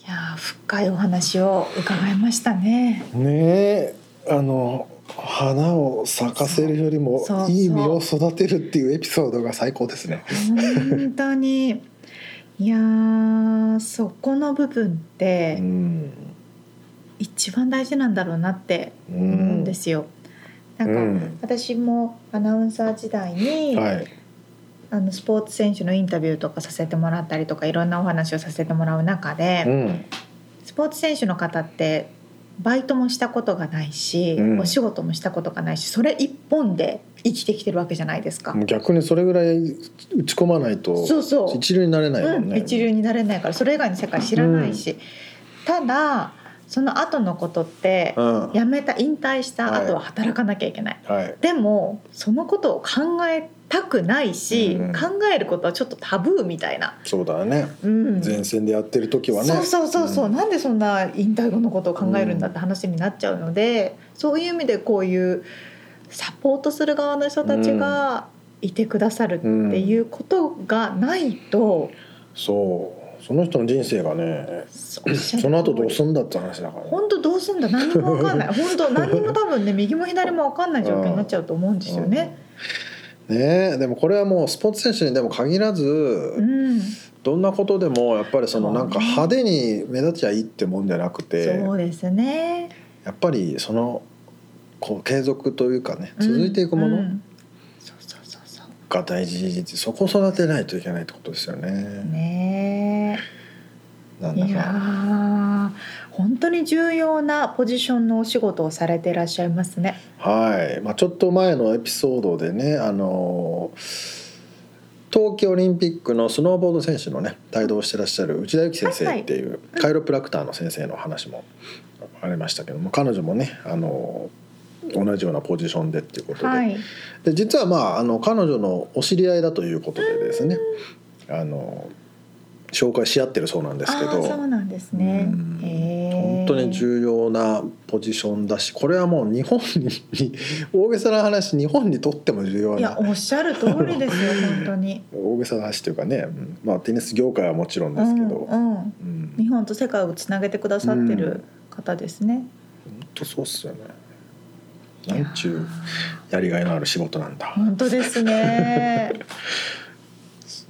A: いやー深いお話を伺いましたね。
B: ねえあの花を咲かせるよりも
A: そうそう
B: いい実を育てるっていうエピソードが最高ですね。
A: 本当にいやーそこの部分って
B: ん、
A: 一番大事なんだろうなって
B: う
A: 思うん
B: ん
A: で
B: です
A: よ。なんか、
B: うん
A: 私もアナウンサー時代に、
B: はい、
A: あのスポーツ選手のインタビューとかさせてもらったりとかいろんなお話をさせてもらう中で、
B: うん、
A: スポーツ選手の方ってバイトもしたことがないし、
B: うん
A: お仕事もしたことがないしそれ一本で生きてきてるわけじゃないですか。
B: もう逆にそれぐらい打ち込まないと
A: そうそう
B: 一流になれないもん
A: う
B: ね。
A: ん、一流になれないからそれ以外の世界知らないし、ただその後のことって
B: うん、は
A: 辞めた引退した後は
B: は
A: 働かなきゃいけない、
B: い、
A: でもそのことを考えたくないし、
B: うん
A: 考えることはちょっとタブーみたいな、
B: そうだね。
A: うん、
B: 前線でやってる時はね。
A: そうそうそうそう、
B: うん
A: なんでそんな引退後のことを考えるんだって話になっちゃうので、そういう意味でこういうサポートする側の人たちがいてくださるっていうことがないと、
B: そうその人の人生がね、
A: そうおっしゃる
B: その後どうすんだって話だからね。
A: 本当どうすんだ何にも分か んない本当何にも多 分ね右も左も分かんない状況になっちゃうと思うんですよね。
B: うん。ねえでもこれはもうスポーツ選手にでも限らず、
A: うん、
B: どんなことでもやっぱりその
A: そうね
B: なんか派手に目立ちゃいいってもんじゃなくて
A: そうですね。
B: やっぱりそのこう継続というかね続いていくも
A: う
B: の
A: んそうそうそうそう
B: が大事そこを育てないといけないってことですよね。
A: ね
B: なん
A: え
B: だ
A: いや
B: か
A: ー本当に重要なポジションのお仕事をされていらっしゃいますね。
B: はいまあ、ちょっと前のエピソードでねあの東京オリンピックのスノーボード選手のね帯同してらっしゃる内田有紀先生っていうカイロプラクターの先生の話もありましたけども彼女もねあの同じようなポジションでっていうことで、
A: はい。
B: で実はまああの彼女のお知り合いだということでですねあの紹介し合ってるそうなんですけ
A: あ
B: ど
A: あそうなんですね
B: うん。
A: へー
B: 本当に重要なポジションだしこれはもう日本に大げさな話日本にとっても重要
A: いや
B: な
A: おっしゃる通りですよ本当に。
B: 大げさな話というかね、うんまあ、テニス業界はもちろんですけど、うん
A: うんうん、日本と世界をつなげてくださってる方ですね。
B: 本当そうっすよね。なんちゅうやりがいのある仕事なんだ。
A: 本当です ね。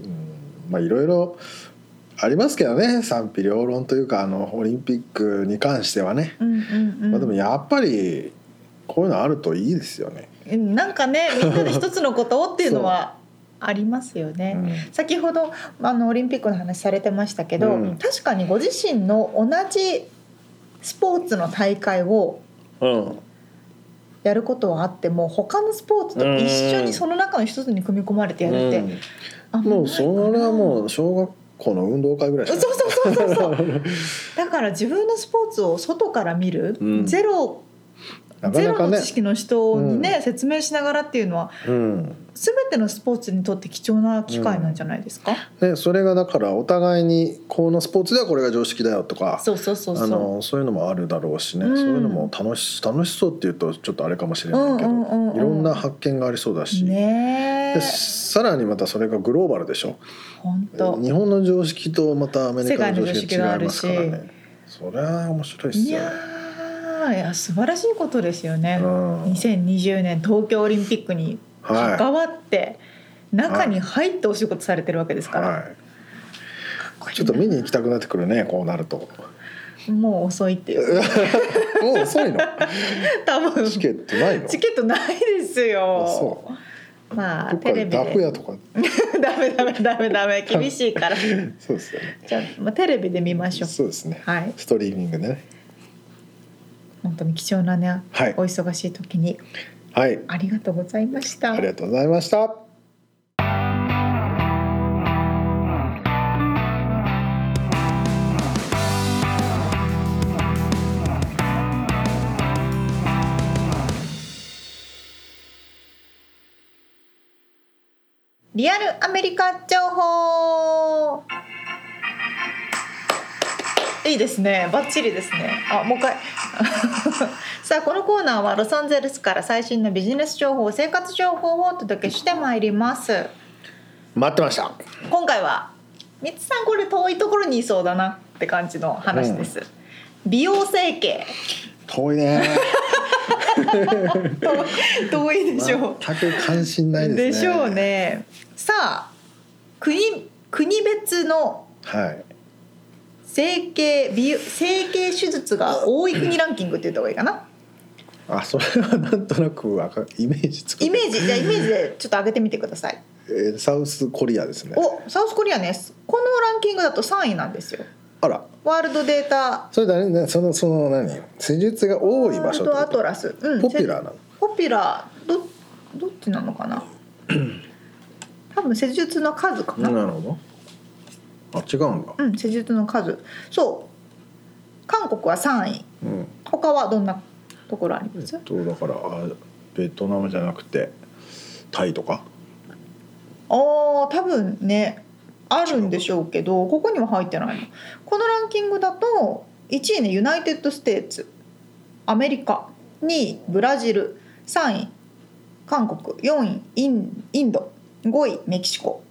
B: うんまあいろいろありますけどね賛否両論というかあのオリンピックに関してはね、
A: うんうんうん。
B: まあ、でもやっぱりこういうのあるといいですよね。
A: なんかねみんなで一つのことをっていうのはありますよね。先ほどあのオリンピックの話されてましたけど、
B: うん
A: 確かにご自身の同じスポーツの大会を
B: うん、
A: やることはあっても他のスポーツと一緒にその中の一つに組み込まれてやるって、あんまな
B: もう
A: いか
B: そ
A: な
B: れはもう小学校の運動会ぐらいし
A: そうそ
B: か
A: うそうそう そうだから自分のスポーツを外から見る、
B: うん
A: ゼロ
B: なか
A: ゼ
B: なか
A: ロの
B: ね
A: 知識の人にね、説明しながらっていうのは
B: うん
A: 全てのスポーツにとって貴重な機会なんじゃないですか、
B: ね、それがだからお互いにこのスポーツではこれが常識だよとか
A: そうそうそう
B: あ
A: そ
B: のそういうのもあるだろうしね、
A: うん
B: そういうのも楽し楽しそうっていうとちょっとあれかもしれ
A: う
B: ないけど、
A: うんうんうんうん
B: いろんな発見がありそうだし、
A: ねえ
B: でさらにまたそれがグローバルでしょ
A: 本当
B: 日本の常識とまたアメリカの常識が違いますから
A: 世界の常識があ
B: ねそれは面白いっす
A: い
B: よね
A: やーいや素晴らしいことですよね、
B: うん
A: 2020年東京オリンピックに
B: は
A: 関わって中に入ってお仕事されてるわけです
B: い、
A: から、
B: は、
A: かっこいいない
B: ちょっと見に行きたくなってくるねこうなると
A: もう遅いっていう
B: もう遅いの
A: 多分
B: チケットないの
A: チケットないですよ
B: あそう
A: まあ
B: どっか
A: テレ
B: で
A: ビ
B: ダフ
A: で
B: 屋とか
A: ダメダメダメダメ厳しいから じ
B: そうですよね
A: ゃあ、まあ、テレビで見ましょう
B: そうですね
A: はい
B: ストリーミングでね
A: 本当に貴重なね、
B: はい
A: お忙しい時に
B: はい
A: ありがとうございました
B: ありがとうございました
A: リアルアメリカ情報いいですねバッチリですねあもう一回さあこのコーナーはロサンゼルスから最新のビジネス情報生活情報をお届けしてまいります
B: 待ってました
A: 今回は三つさんこれ遠いところにいそうだなって感じの話です、美容整形
B: 遠いね
A: 遠い遠いでしょう、
B: 全く関心ないですね
A: でしょうねさあ国国別の
B: はい
A: 整形美容整形手術が多い国ランキングって言った方がいいかな
B: あそれはなんとなくわかるイメージつく
A: イメージじゃあイメージでちょっと上げてみてください
B: えーサウスコリアですね
A: おサウスコリアねこのランキングだと3位なんですよ
B: あら
A: ワールドデータ
B: それ誰ねそのその何施術が多い場所って
A: とア
B: こと
A: トラス、うん、
B: ポピュラーなの
A: ポピュラーどどっちなのか な多分施術の数かな、
B: るほどあ違うんだ
A: うん、施術の数そう韓国は3位
B: うん
A: 他はどんなところあり
B: え
A: ます
B: っとだからあベトナムじゃなくてタイとか
A: ああ多分ねあるんでしょうけどここには入ってないのこのランキングだと1位ねユナイテッド・ステーツアメリカ2位ブラジル3位韓国4位インインド5位メキシコ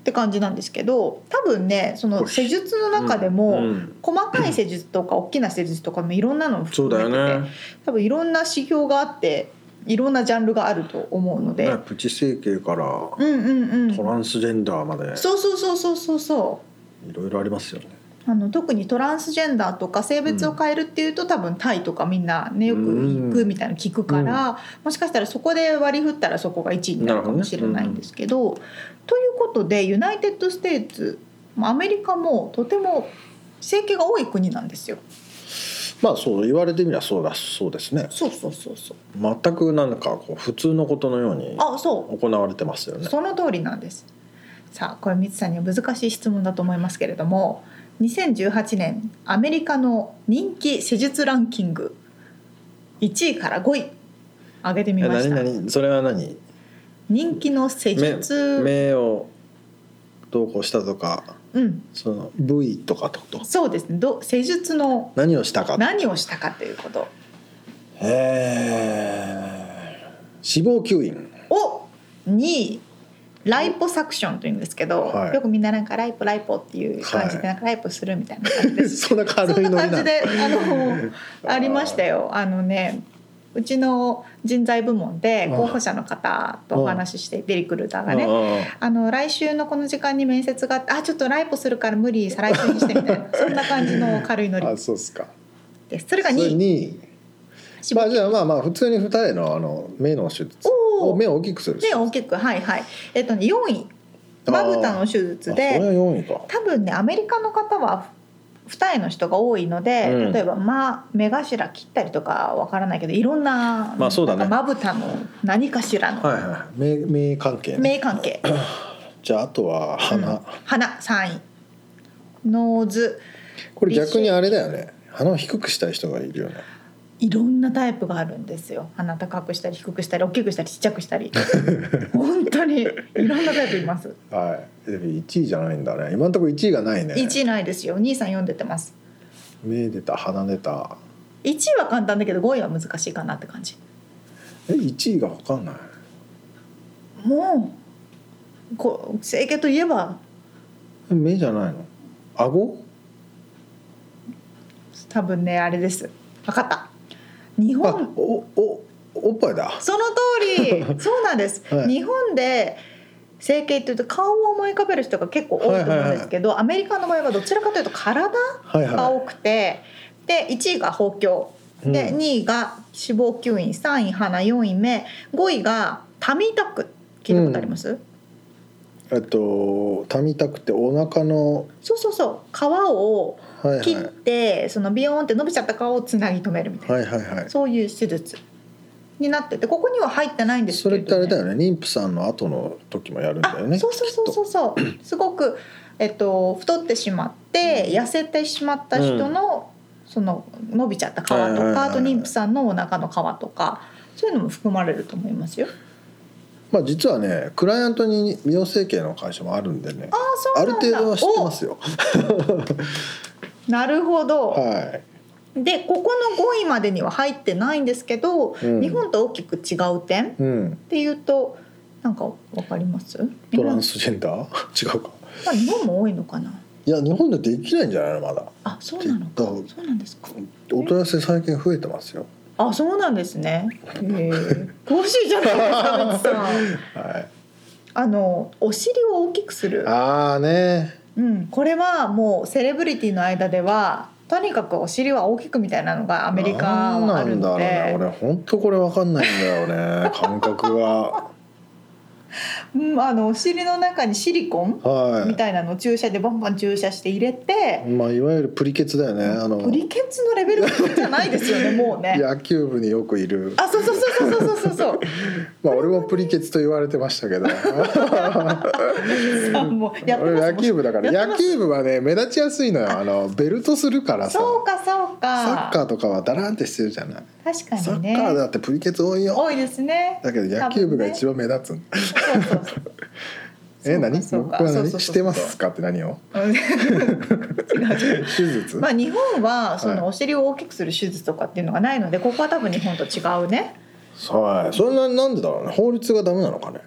A: って感じなんですけど多分ねその施術の中でも、
B: うん
A: 細かい施術とか大きな施術とかもいろんなのを
B: そう
A: 含め
B: だ
A: てて
B: よね
A: 多分いろんな指標があっていろんなジャンルがあると思うので、
B: ねプチ整形から
A: うんうんうん
B: トランスジェンダーまで
A: そうそうそうそうそうそ
B: いろいろありますよね
A: うあの特にトランスジェンダーとか性別を変えるっていうと、多分タイとかみんなねよく行くみたいなの聞くから、もしかしたらそこで割り振ったらそこが1位になるかもしれないんですけどということでユナイテッド・ステーツアメリカもとても整形が多い国なんですよ。
B: まあそう言われてみればそうだそうですね
A: そうそうそうそう。
B: 全くなんかこう普通のことのように
A: あ、そ
B: 行われてますよ
A: う。
B: ね
A: その通りなんです。さあ、これ三つさんには難しい質問だと思いますけれども、2018年アメリカの人気施術ランキング1位から5位上げてみ
B: え
A: まし
B: 何
A: た。
B: 何それは何
A: 人気の施
B: 目
A: 術、
B: 目をどうこうしたとか
A: うん、
B: その部位とかってこと
A: そうですね。ど施術の
B: 何をしたか
A: 何をしたかということ。
B: えー脂肪吸引
A: を2位ライポサクションというんですけど、
B: はい
A: よくみんななんかライポライポっていう感じ
B: はい
A: でなんかライポするみたいな感じです
B: そんな軽い
A: そん
B: ノ
A: な
B: リ
A: 感じ
B: なの
A: であの ありましたよあのねうちの人材部門で候補者の方とお話ししていてリクルーターがね
B: ね
A: あの来週のこの時間に面接があってあちょっとライポするから無理再来週にしてみたい なそんな感じの軽いノリ
B: あそうっすか
A: ですそれが
B: それ
A: 2位
B: にまあじゃあまあまあ普通に二重のあの目の手術
A: おー
B: を目を大きくする
A: で大きくはいはいえっとね4位まぶたの手術
B: あそ
A: で
B: れは4位か
A: 多分ねアメリカの方はふ二重の人が多いので、
B: うん
A: 例えば、ま、目頭切ったりとかわからないけどいろんな,、
B: まあそうだね
A: まぶたの何かしらの
B: はいはい目目関係、ね、
A: 名関係、
B: じゃああとは鼻、
A: うん鼻3位ノーズ
B: これ逆にあれだよね鼻を低くしたい人がいるよね
A: いろんなタイプがあるんですよ鼻高くしたり低くしたり大きくしたりちっちゃく したり本当にいろんなタイプいます
B: はいでも1位じゃないんだね今のところ1位がないね
A: 1位ないですよ2位さん読んでてます
B: 目出た鼻出た
A: 1位は簡単だけど5位は難しいかなって感じ
B: え1位が分かんない
A: もうこう整形といえば
B: え目じゃないの顎
A: 多分ねあれです分かった日
B: あ
A: 本
B: おおおっぱいだ
A: その 通りそうなんです、
B: はい
A: 日本で整形というと顔を思い浮かべる人が結構多いと思うんですけど、アメリカの場合はどちらかというと体
B: はい
A: が
B: は
A: 多くて、で1位が包胸
B: い
A: で、
B: うん
A: 2位が脂肪吸引3位鼻4位目5位がタミータック聞いたことあります、
B: えっとたみたくてお腹の
A: そうそうそう皮を
B: はいはい
A: 切って、そのビヨーンって伸びちゃった皮をつなぎ止めるみたいな、
B: はいはいはい
A: そういう手術になっててここには入ってないんです
B: そ
A: けど、
B: れってあれだよね妊婦さんの後の時もやるんだよね
A: あそうそうそうそうそうすごく、えっと、太ってしまって痩せてしまった人の、その伸びちゃった皮と
B: はいはいはいはい
A: かあと妊婦さんのお腹の皮とかそういうのも含まれると思いますよ。
B: まあ実はねクライアントに美容整形の会社もあるんでね
A: ああ
B: あ
A: そう
B: る
A: なんだ
B: 程度は知ってますよ
A: おなるほど、
B: は
A: でここの5位までには入ってないんですけど、
B: うん
A: 日本と大きく違う点っ
B: い、うん、
A: ていうとなんかわかります
B: トランスジェンダー 違うか
A: 日本まあ、日本も多いのかない
B: や日本でできないんじゃないのまだ
A: あそうなのか
B: きっと
A: そうなんですか
B: お問い合わせ最近増えてますよ
A: あ、そうなんですね。え ー、詳しいじゃないですか、みちさん。
B: は
A: あの、お尻を大きくする
B: い。ああね
A: うん、これはもうセレブリティの間では。とにかくお尻は大きくみたいなのがア
B: ア
A: メリカはあるので、
B: 俺本当これ分かんないんだよね感 覚が
A: うん、あのお尻の中にシリコン
B: はい
A: みたいなのを注射でバンバン注射して入れて、
B: まあいわゆるプリケツだよねあの
A: プリケツのレベルじゃないですよね、 もうね。
B: 野球部によくいる
A: あ、そうそうそうそうそうそう そう。
B: まあ俺もプリケツと言われてましたけ ど
A: あもうやって
B: 俺
A: ます
B: 野球部だから
A: やってま
B: 野
A: す
B: 球部はね目立ちやすいのよあのベルトするからさ
A: そうかそうか。
B: サッカーとかはダランってしてるじゃない、
A: 確か
B: サ
A: に
B: ッ
A: ね。
B: カーだってプリケツ多いよ
A: 多いですね。
B: だけど野球部が一番目立つ、
A: そうそうそう
B: え何
A: そう
B: 僕
A: か
B: は
A: そう
B: 何
A: か
B: してますかって何を 手術、
A: まあ日本はそ
B: はい
A: のお尻を大きくする手術とかっていうのがないのでここは多分日本と違うね
B: はいそんななんでだろうね法律がダメなのかね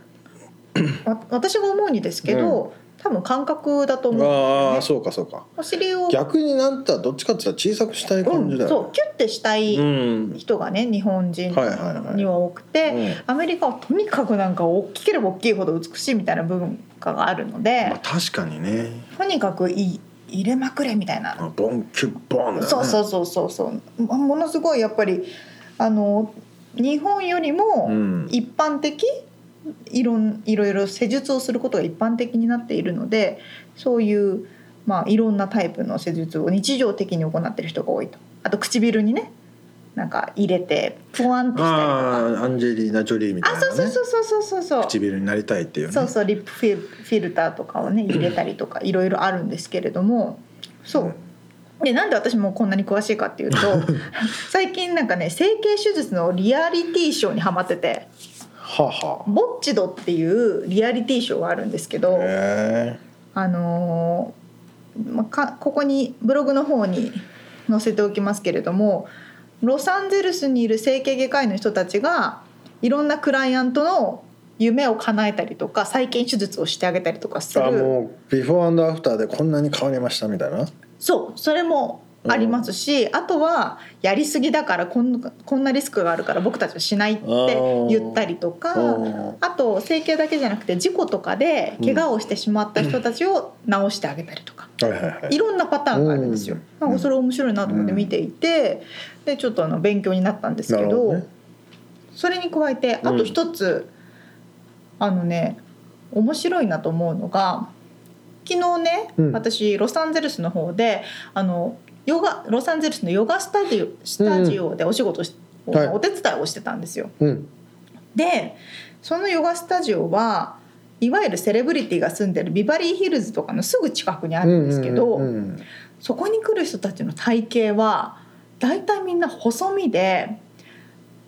A: わ私が思うにですけど、多分感覚だと思うん
B: ああ
A: ですよね
B: そうかそうか
A: お尻を
B: 逆になんたらどっちかって言ったら小さくしたい感じだ
A: うんそ
B: よ
A: うキュッてした
B: ね、
A: い
B: ん
A: 人がね日本人
B: はいはいはい
A: には多くて、
B: うん
A: アメリカはとにかくなんか大きければ大きいほど美しいみたいな文化があるので、
B: まあ、確かにね
A: とにかくい入れまくれみたいな
B: あボンキュッボンだよね
A: そうそうそうそうそうもものすごいやっぱりあの日本より
B: う
A: も
B: ん
A: 一般的、いろんいろいろ施術をすることが一般的になっているのでそういう、まあ、いろんなタイプの施術を日常的に行っている人が多いとあと唇にねなんか入れてポワンとしたりと
B: あ
A: か
B: あアンジェリーナ・ジョリーみたい
A: あ
B: な、ね、
A: そうそうそうそうそうそうそう
B: 唇になりたいっていうね
A: そうそうリップフィルフィルターとかをね入れたりとかいろいろあるんですけれどもそうでなんで私もこんなに詳しいかっていうと最近なんかね整形手術のリアリティショーにハマってて
B: はあは
A: ボッチドっていうリアリティショーがあるんですけど
B: あ、へえ
A: あのーまあかここにブログの方に載せておきますけれどもロサンゼルスにいる整形外科医の人たちがいろんなクライアントの夢を叶えたりとか再建手術をしてあげたりとかす
B: あ
A: る
B: もうビフォーアフターでこんなに変わりましたみたいな
A: そうそれもありますし、あとはやりすぎだからこんこんなリスクがあるから僕たちはしないって言ったりとか
B: うん
A: あと整形だけじゃなくて事故とかで怪我をしてしまった人たちを治してあげたりとか。
B: はいはいはい
A: いろんなパターンがあるんですよ。
B: うん
A: なんかそれ面白いなと思って見ていて、でちょっとあの勉強になったんですけど
B: なるほどね
A: それに加えてあと一つ、あのね面白いなと思うのが昨日ね、
B: うん
A: 私ロサンゼルスの方であのヨガロサンゼルスのヨガスタジオスタジオでお仕事し、
B: はい
A: お手伝いをしてたんですよ。
B: うん
A: でそのヨガスタジオはいわゆるセレブリティが住んでるビバリーヒルズとかのすぐ近くにあるんですけど、
B: うんうんうん
A: そこに来る人たちの体型は大体みんな細身で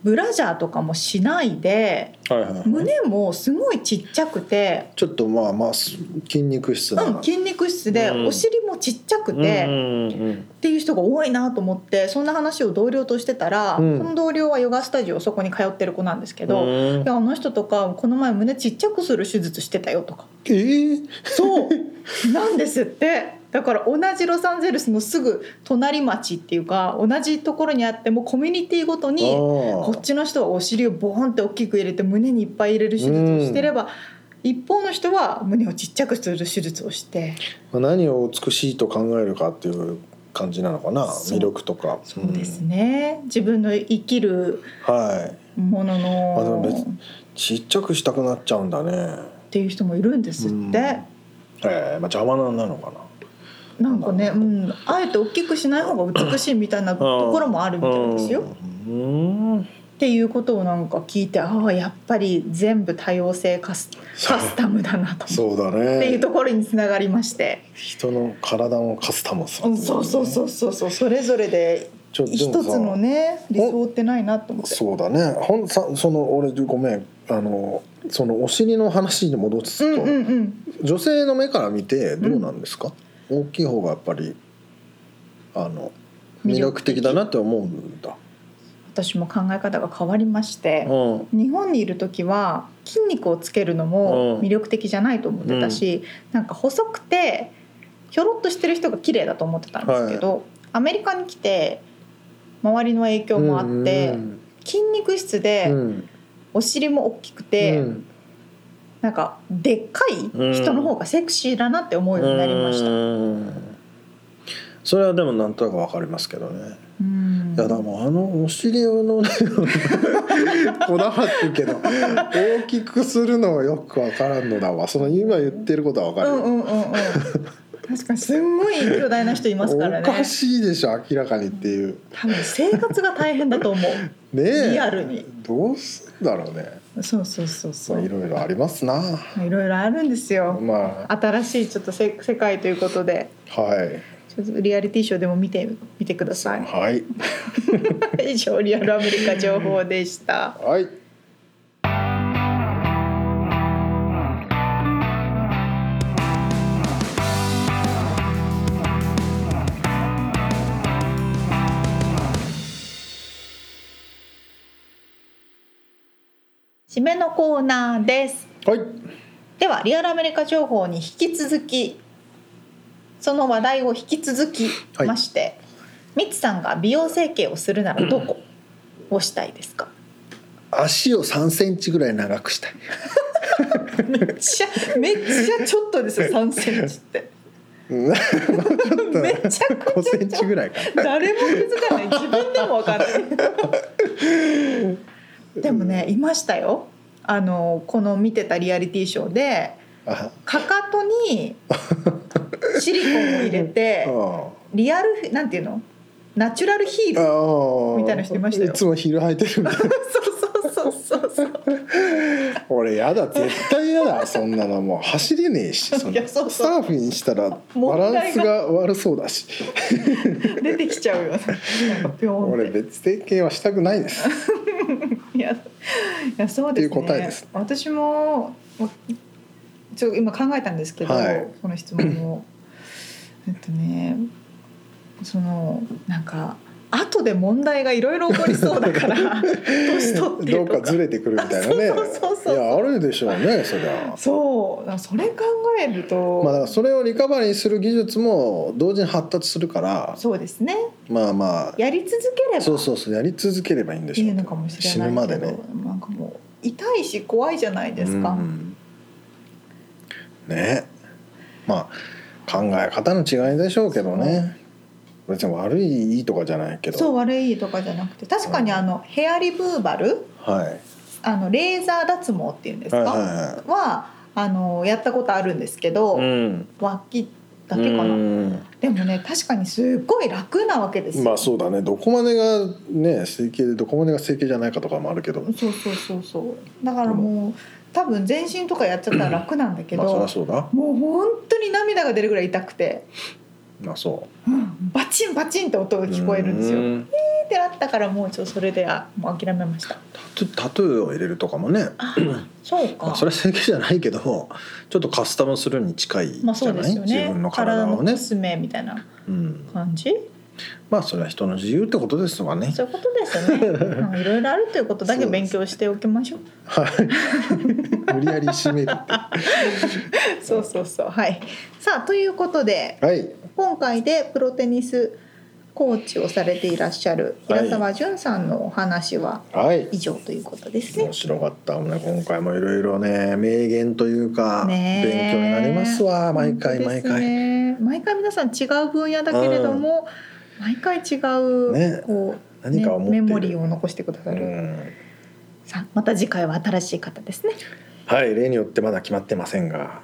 A: ブラジャーとかもしないで
B: はいはいはい
A: 胸もすごいちっちゃくて、
B: ちょっとまあまあす筋肉質な、
A: うん、筋肉質で
B: うん
A: お尻もちっちゃくて。
B: うんうん
A: っていう人が多いなと思ってそんな話を同僚としてたら、
B: うん
A: その同僚はヨガスタジオそこに通ってる子なんですけ
B: う
A: ど、い
B: ん、
A: やあの人とかこの前胸ちっちゃくする手術してたよとか
B: えー
A: そうなんですってだから同じロサンゼルスのすぐ隣町っていうか同じところにあってもコミュニティごとに
B: あ
A: こっちの人はお尻をボーンって大きく入れて胸にいっぱい入れる手術をしてれば、一方の人は胸をちっちゃくする手術をして。
B: あ何を美しいと考えるかっていう感じなのかな
A: そう
B: 魅力とか
A: そうです、ね、自分の生きる
B: うんはい
A: もの
B: あでも
A: の
B: 別ちっちゃくしたくなっちゃうんだね
A: っていう人もいるんですって、
B: えーまあ、邪魔なんなのかな
A: なんかね、うん、あえて大きくしない方が美しいみたいなところもあるみたいですよ。
B: うん
A: っていうことをなんか聞いてああやっぱり全部多様性カスカスタムだなと思
B: そう
A: う
B: だ
A: っていう
B: ね
A: ところにつながりまして、
B: 人の体をカスタムす
A: う
B: る
A: ん、そうそうそううそうそうそれぞれで一つのね理想ってないなと思って。
B: そうだねほんさその俺ごめんあのそのお尻の話に戻すと、
A: うんうんうん、
B: 女性の目から見てどうなんですか、大きい方がやっぱりあの魅力的だなって思うんだ、
A: 私も考え方が変わりまして、
B: うん、
A: 日本にいる時は筋肉をつけるのも魅力的じゃないと思ってたし、なんか細くてひょろっとしてる人が綺麗だと思ってたんですけど、アメリカに来て周りの影響もあって、
B: うん
A: 筋肉質
B: う
A: で
B: ん
A: お尻も大きくて、
B: うん
A: なんかでっかい人の方がセクシーだなって思うようになりました。
B: うんそれはでもなんとなくわかりますけどね、
A: うん
B: いやでもあのお尻のね こだわってるけど大きくするのはよくわからんのだわその今言ってることはわか
A: う
B: るよ、
A: んうんうんうん確かにすんごい巨大な人いますから
B: お
A: ね
B: かしいでしょ明らかにっていう
A: 多分生活が大変だと思う
B: ねえ
A: リアルに
B: どうすんだろうね
A: そうそうそうそ
B: まあ
A: う
B: い。ろいろありますな
A: いろいろあるんですよ。
B: まあ
A: 新しいちょっとせ世界ということで、
B: はい
A: ちょっとリアリティショーでも見てみてください。
B: はい
A: 以上リアルアメリカ情報でした。
B: はい
A: 締めのコーナーです。
B: はい
A: ではリアルアメリカ情報に引き続き、その話題を引き続きまして、ミ、ツ、さんが美容整形をするならどこをしたいですか。
B: 足を3センチぐらい長くしたい
A: めっちゃめっちゃちょっとですよ、 三センチって。
B: うん
A: めちゃくちゃ
B: 5センチぐらいかな
A: 誰も気づかない自分でもわか んないでもねいましたよあのこの見てたリアリティショーで
B: あ
A: かかとにシリコンを入れ て
B: あ
A: リアルなんていうのナチュラルヒール
B: ああ
A: みたいな人いましたよ
B: いつもヒール履いて るんだ
A: そうそうそうそうそう
B: 俺やだ絶対やだそんなのもう走れねえしそん
A: い
B: な
A: やそうそう
B: サーフィンしたらバ
A: 問題が
B: ランスが悪そうだし
A: 出てきちゃうよねなんかピョーンって
B: 俺別整形はしたくないです
A: いやいやそうですね
B: っていう答えです
A: 私もおちょ今考えたんですけど、
B: はい
A: この質問をえっとねそのなんか後で問題がいろいろ起こりそうだから 年取って
B: ど
A: と
B: うかずれてくるみたいなね
A: そうそうそうそう
B: いやあるでしょうねそりゃ
A: そうだからそれ考えると、
B: まあだからそれをリカバリーする技術も同時に発達するから
A: そうですね
B: まあまあ
A: やり続ければ
B: そうそうそうやり続ければいいんで
A: い
B: しょ
A: いうのかもしれ
B: 死
A: な
B: ぬ
A: い
B: ま
A: け
B: で
A: ど、
B: ね
A: なんかもう痛いし怖いじゃないですか、
B: うんねまあ考え方の違いでしょうけどね別に悪いいいとかじゃないけど
A: そう悪いとかじゃなくて確かにあのヘアリムーバル、
B: はい
A: あのレーザー脱毛っていうんですか、
B: はい
A: は
B: はいは
A: あのやったことあるんですけど、
B: うん
A: 脇だけかな、
B: うん
A: でもね確かにすっごい楽なわけですよ、
B: まあそうだねどこまでがね整形でどこまでが整形じゃないかとかもあるけど
A: そうそうそうそうだからもう多分全身とかやっちゃったら楽なんだけ
B: まあそり
A: ど
B: ゃそうだ
A: もう本当に涙が出るぐらい痛くて
B: まあそ
A: バチンバチンって音が
B: う
A: 聞こえるんですよ。
B: う
A: えーってなったからもうちょっとそれであもう諦めました。
B: タトゥタトゥーを入れるとかもね
A: そう
B: ま
A: か
B: あ、それは整形じゃないけどちょっとカスタムするに近いじゃない、
A: まあそうですよね。
B: 自分の体
A: の
B: をね
A: 娘みたいな
B: うん、
A: 感じ。
B: まあそれは人の自由ってことですわね
A: そういうことですよ ね。まあいろいろあるということだけ
B: そうで
A: 勉
B: す
A: 強しておきましょう。
B: はい無理やり締めるっては
A: そうそうそうはい。さあということで
B: い
A: 今回でプロテニスコーチをされていらっしゃる
B: はい
A: 平沢淳さんのお話は
B: はい
A: 以上ということですね。
B: 面白かったもんね今回もいろいろね名言というか
A: ね
B: 勉
A: え
B: 強になりますわ毎回
A: 本当で
B: 毎
A: す
B: 回、
A: ね毎回皆さん違う分野だけれども、毎回違う、
B: ね
A: こう
B: 何かを持って
A: メ
B: る
A: モリーを残してくださ
B: う
A: る、
B: ん
A: さあまた次回は新しい方ですね
B: はい例によってまだ決まってませんが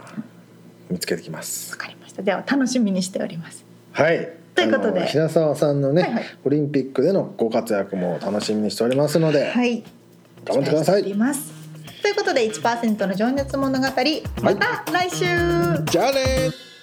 B: 見つけてきま
A: わ
B: す
A: かりましたでは楽しみにしております
B: はい
A: ということで
B: あの平沢さんのね、
A: はいはい
B: オリンピックでのご活躍も楽しみにしておりますので、
A: はい
B: 頑張ってくださ
A: 期待して
B: い
A: おりますということで1%の情熱物語また来週、
B: じゃあねー